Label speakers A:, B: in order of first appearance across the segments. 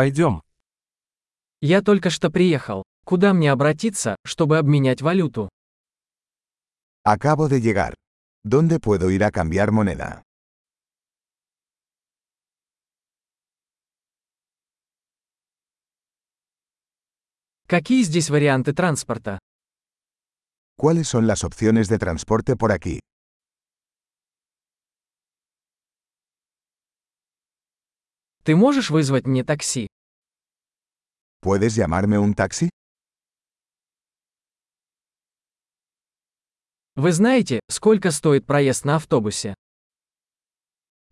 A: Пойдем.
B: Я только что приехал. Куда мне обратиться, чтобы обменять валюту?
C: Acabo de llegar. ¿Dónde puedo ir a cambiar moneda?
B: Какие здесь варианты транспорта?
C: ¿Cuáles son las opciones de transporte por aquí?
B: Ты можешь вызвать мне такси?
C: ¿Puedes llamarme un taxi?
B: Вы знаете, сколько стоит проезд на автобусе?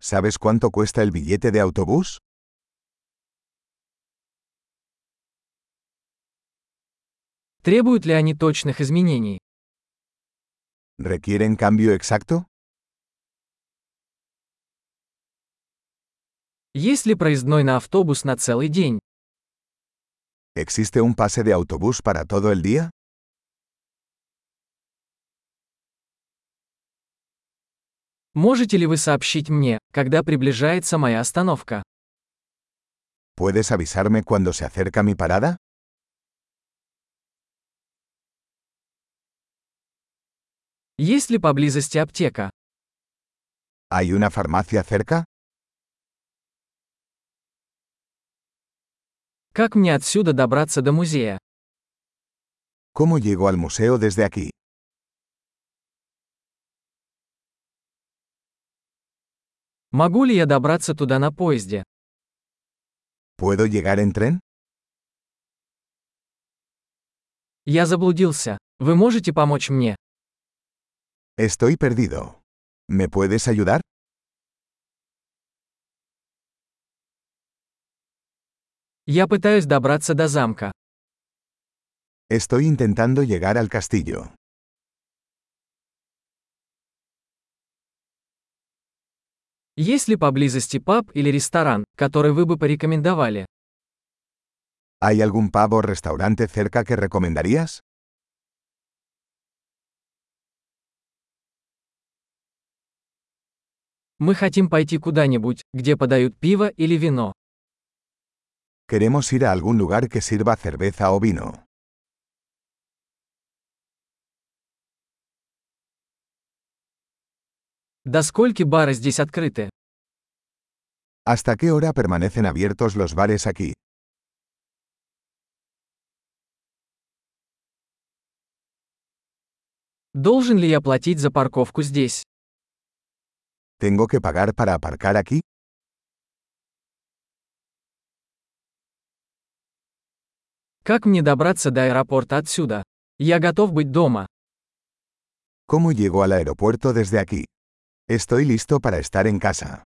C: ¿Sabes cuánto cuesta el billete de autobús?
B: Требуют ли они точных изменений?
C: ¿Requieren cambio exacto?
B: Есть ли проездной на автобус на целый день?
C: ¿Existe un pase de autobús para todo el día?
B: Можете ли вы сообщить мне, когда приближается моя остановка?
C: ¿Puedes avisarme cuando se acerca mi parada?
B: Есть ли поблизости аптека?
C: ¿Hay una farmacia cerca?
B: Как мне отсюда добраться до музея?
C: ¿Cómo llego al museo desde aquí?
B: Могу ли я добраться туда на поезде?
C: ¿Puedo llegar en tren?
B: Я заблудился. Вы можете помочь мне?
C: Estoy perdido. ¿Me puedes ayudar?
B: Я пытаюсь добраться до замка.
C: Estoy intentando llegar al castillo.
B: Есть ли поблизости паб или ресторан, который вы бы порекомендовали?
C: ¿Hay algún pavo o restaurante cerca que recomendarías?
B: Мы хотим пойти куда-нибудь, где подают пиво или вино.
C: Queremos ir a algún lugar que sirva cerveza o vino.
B: До скольки бары здесь открыты?
C: ¿Hasta qué hora permanecen abiertos los bares aquí?
B: Должен ли я платить за парковку здесь?
C: ¿Tengo que pagar para aparcar aquí?
B: Как мне добраться до аэропорта отсюда? Я готов быть дома.
C: ¿Cómo llego al aeropuerto desde aquí? Estoy listo para estar en casa.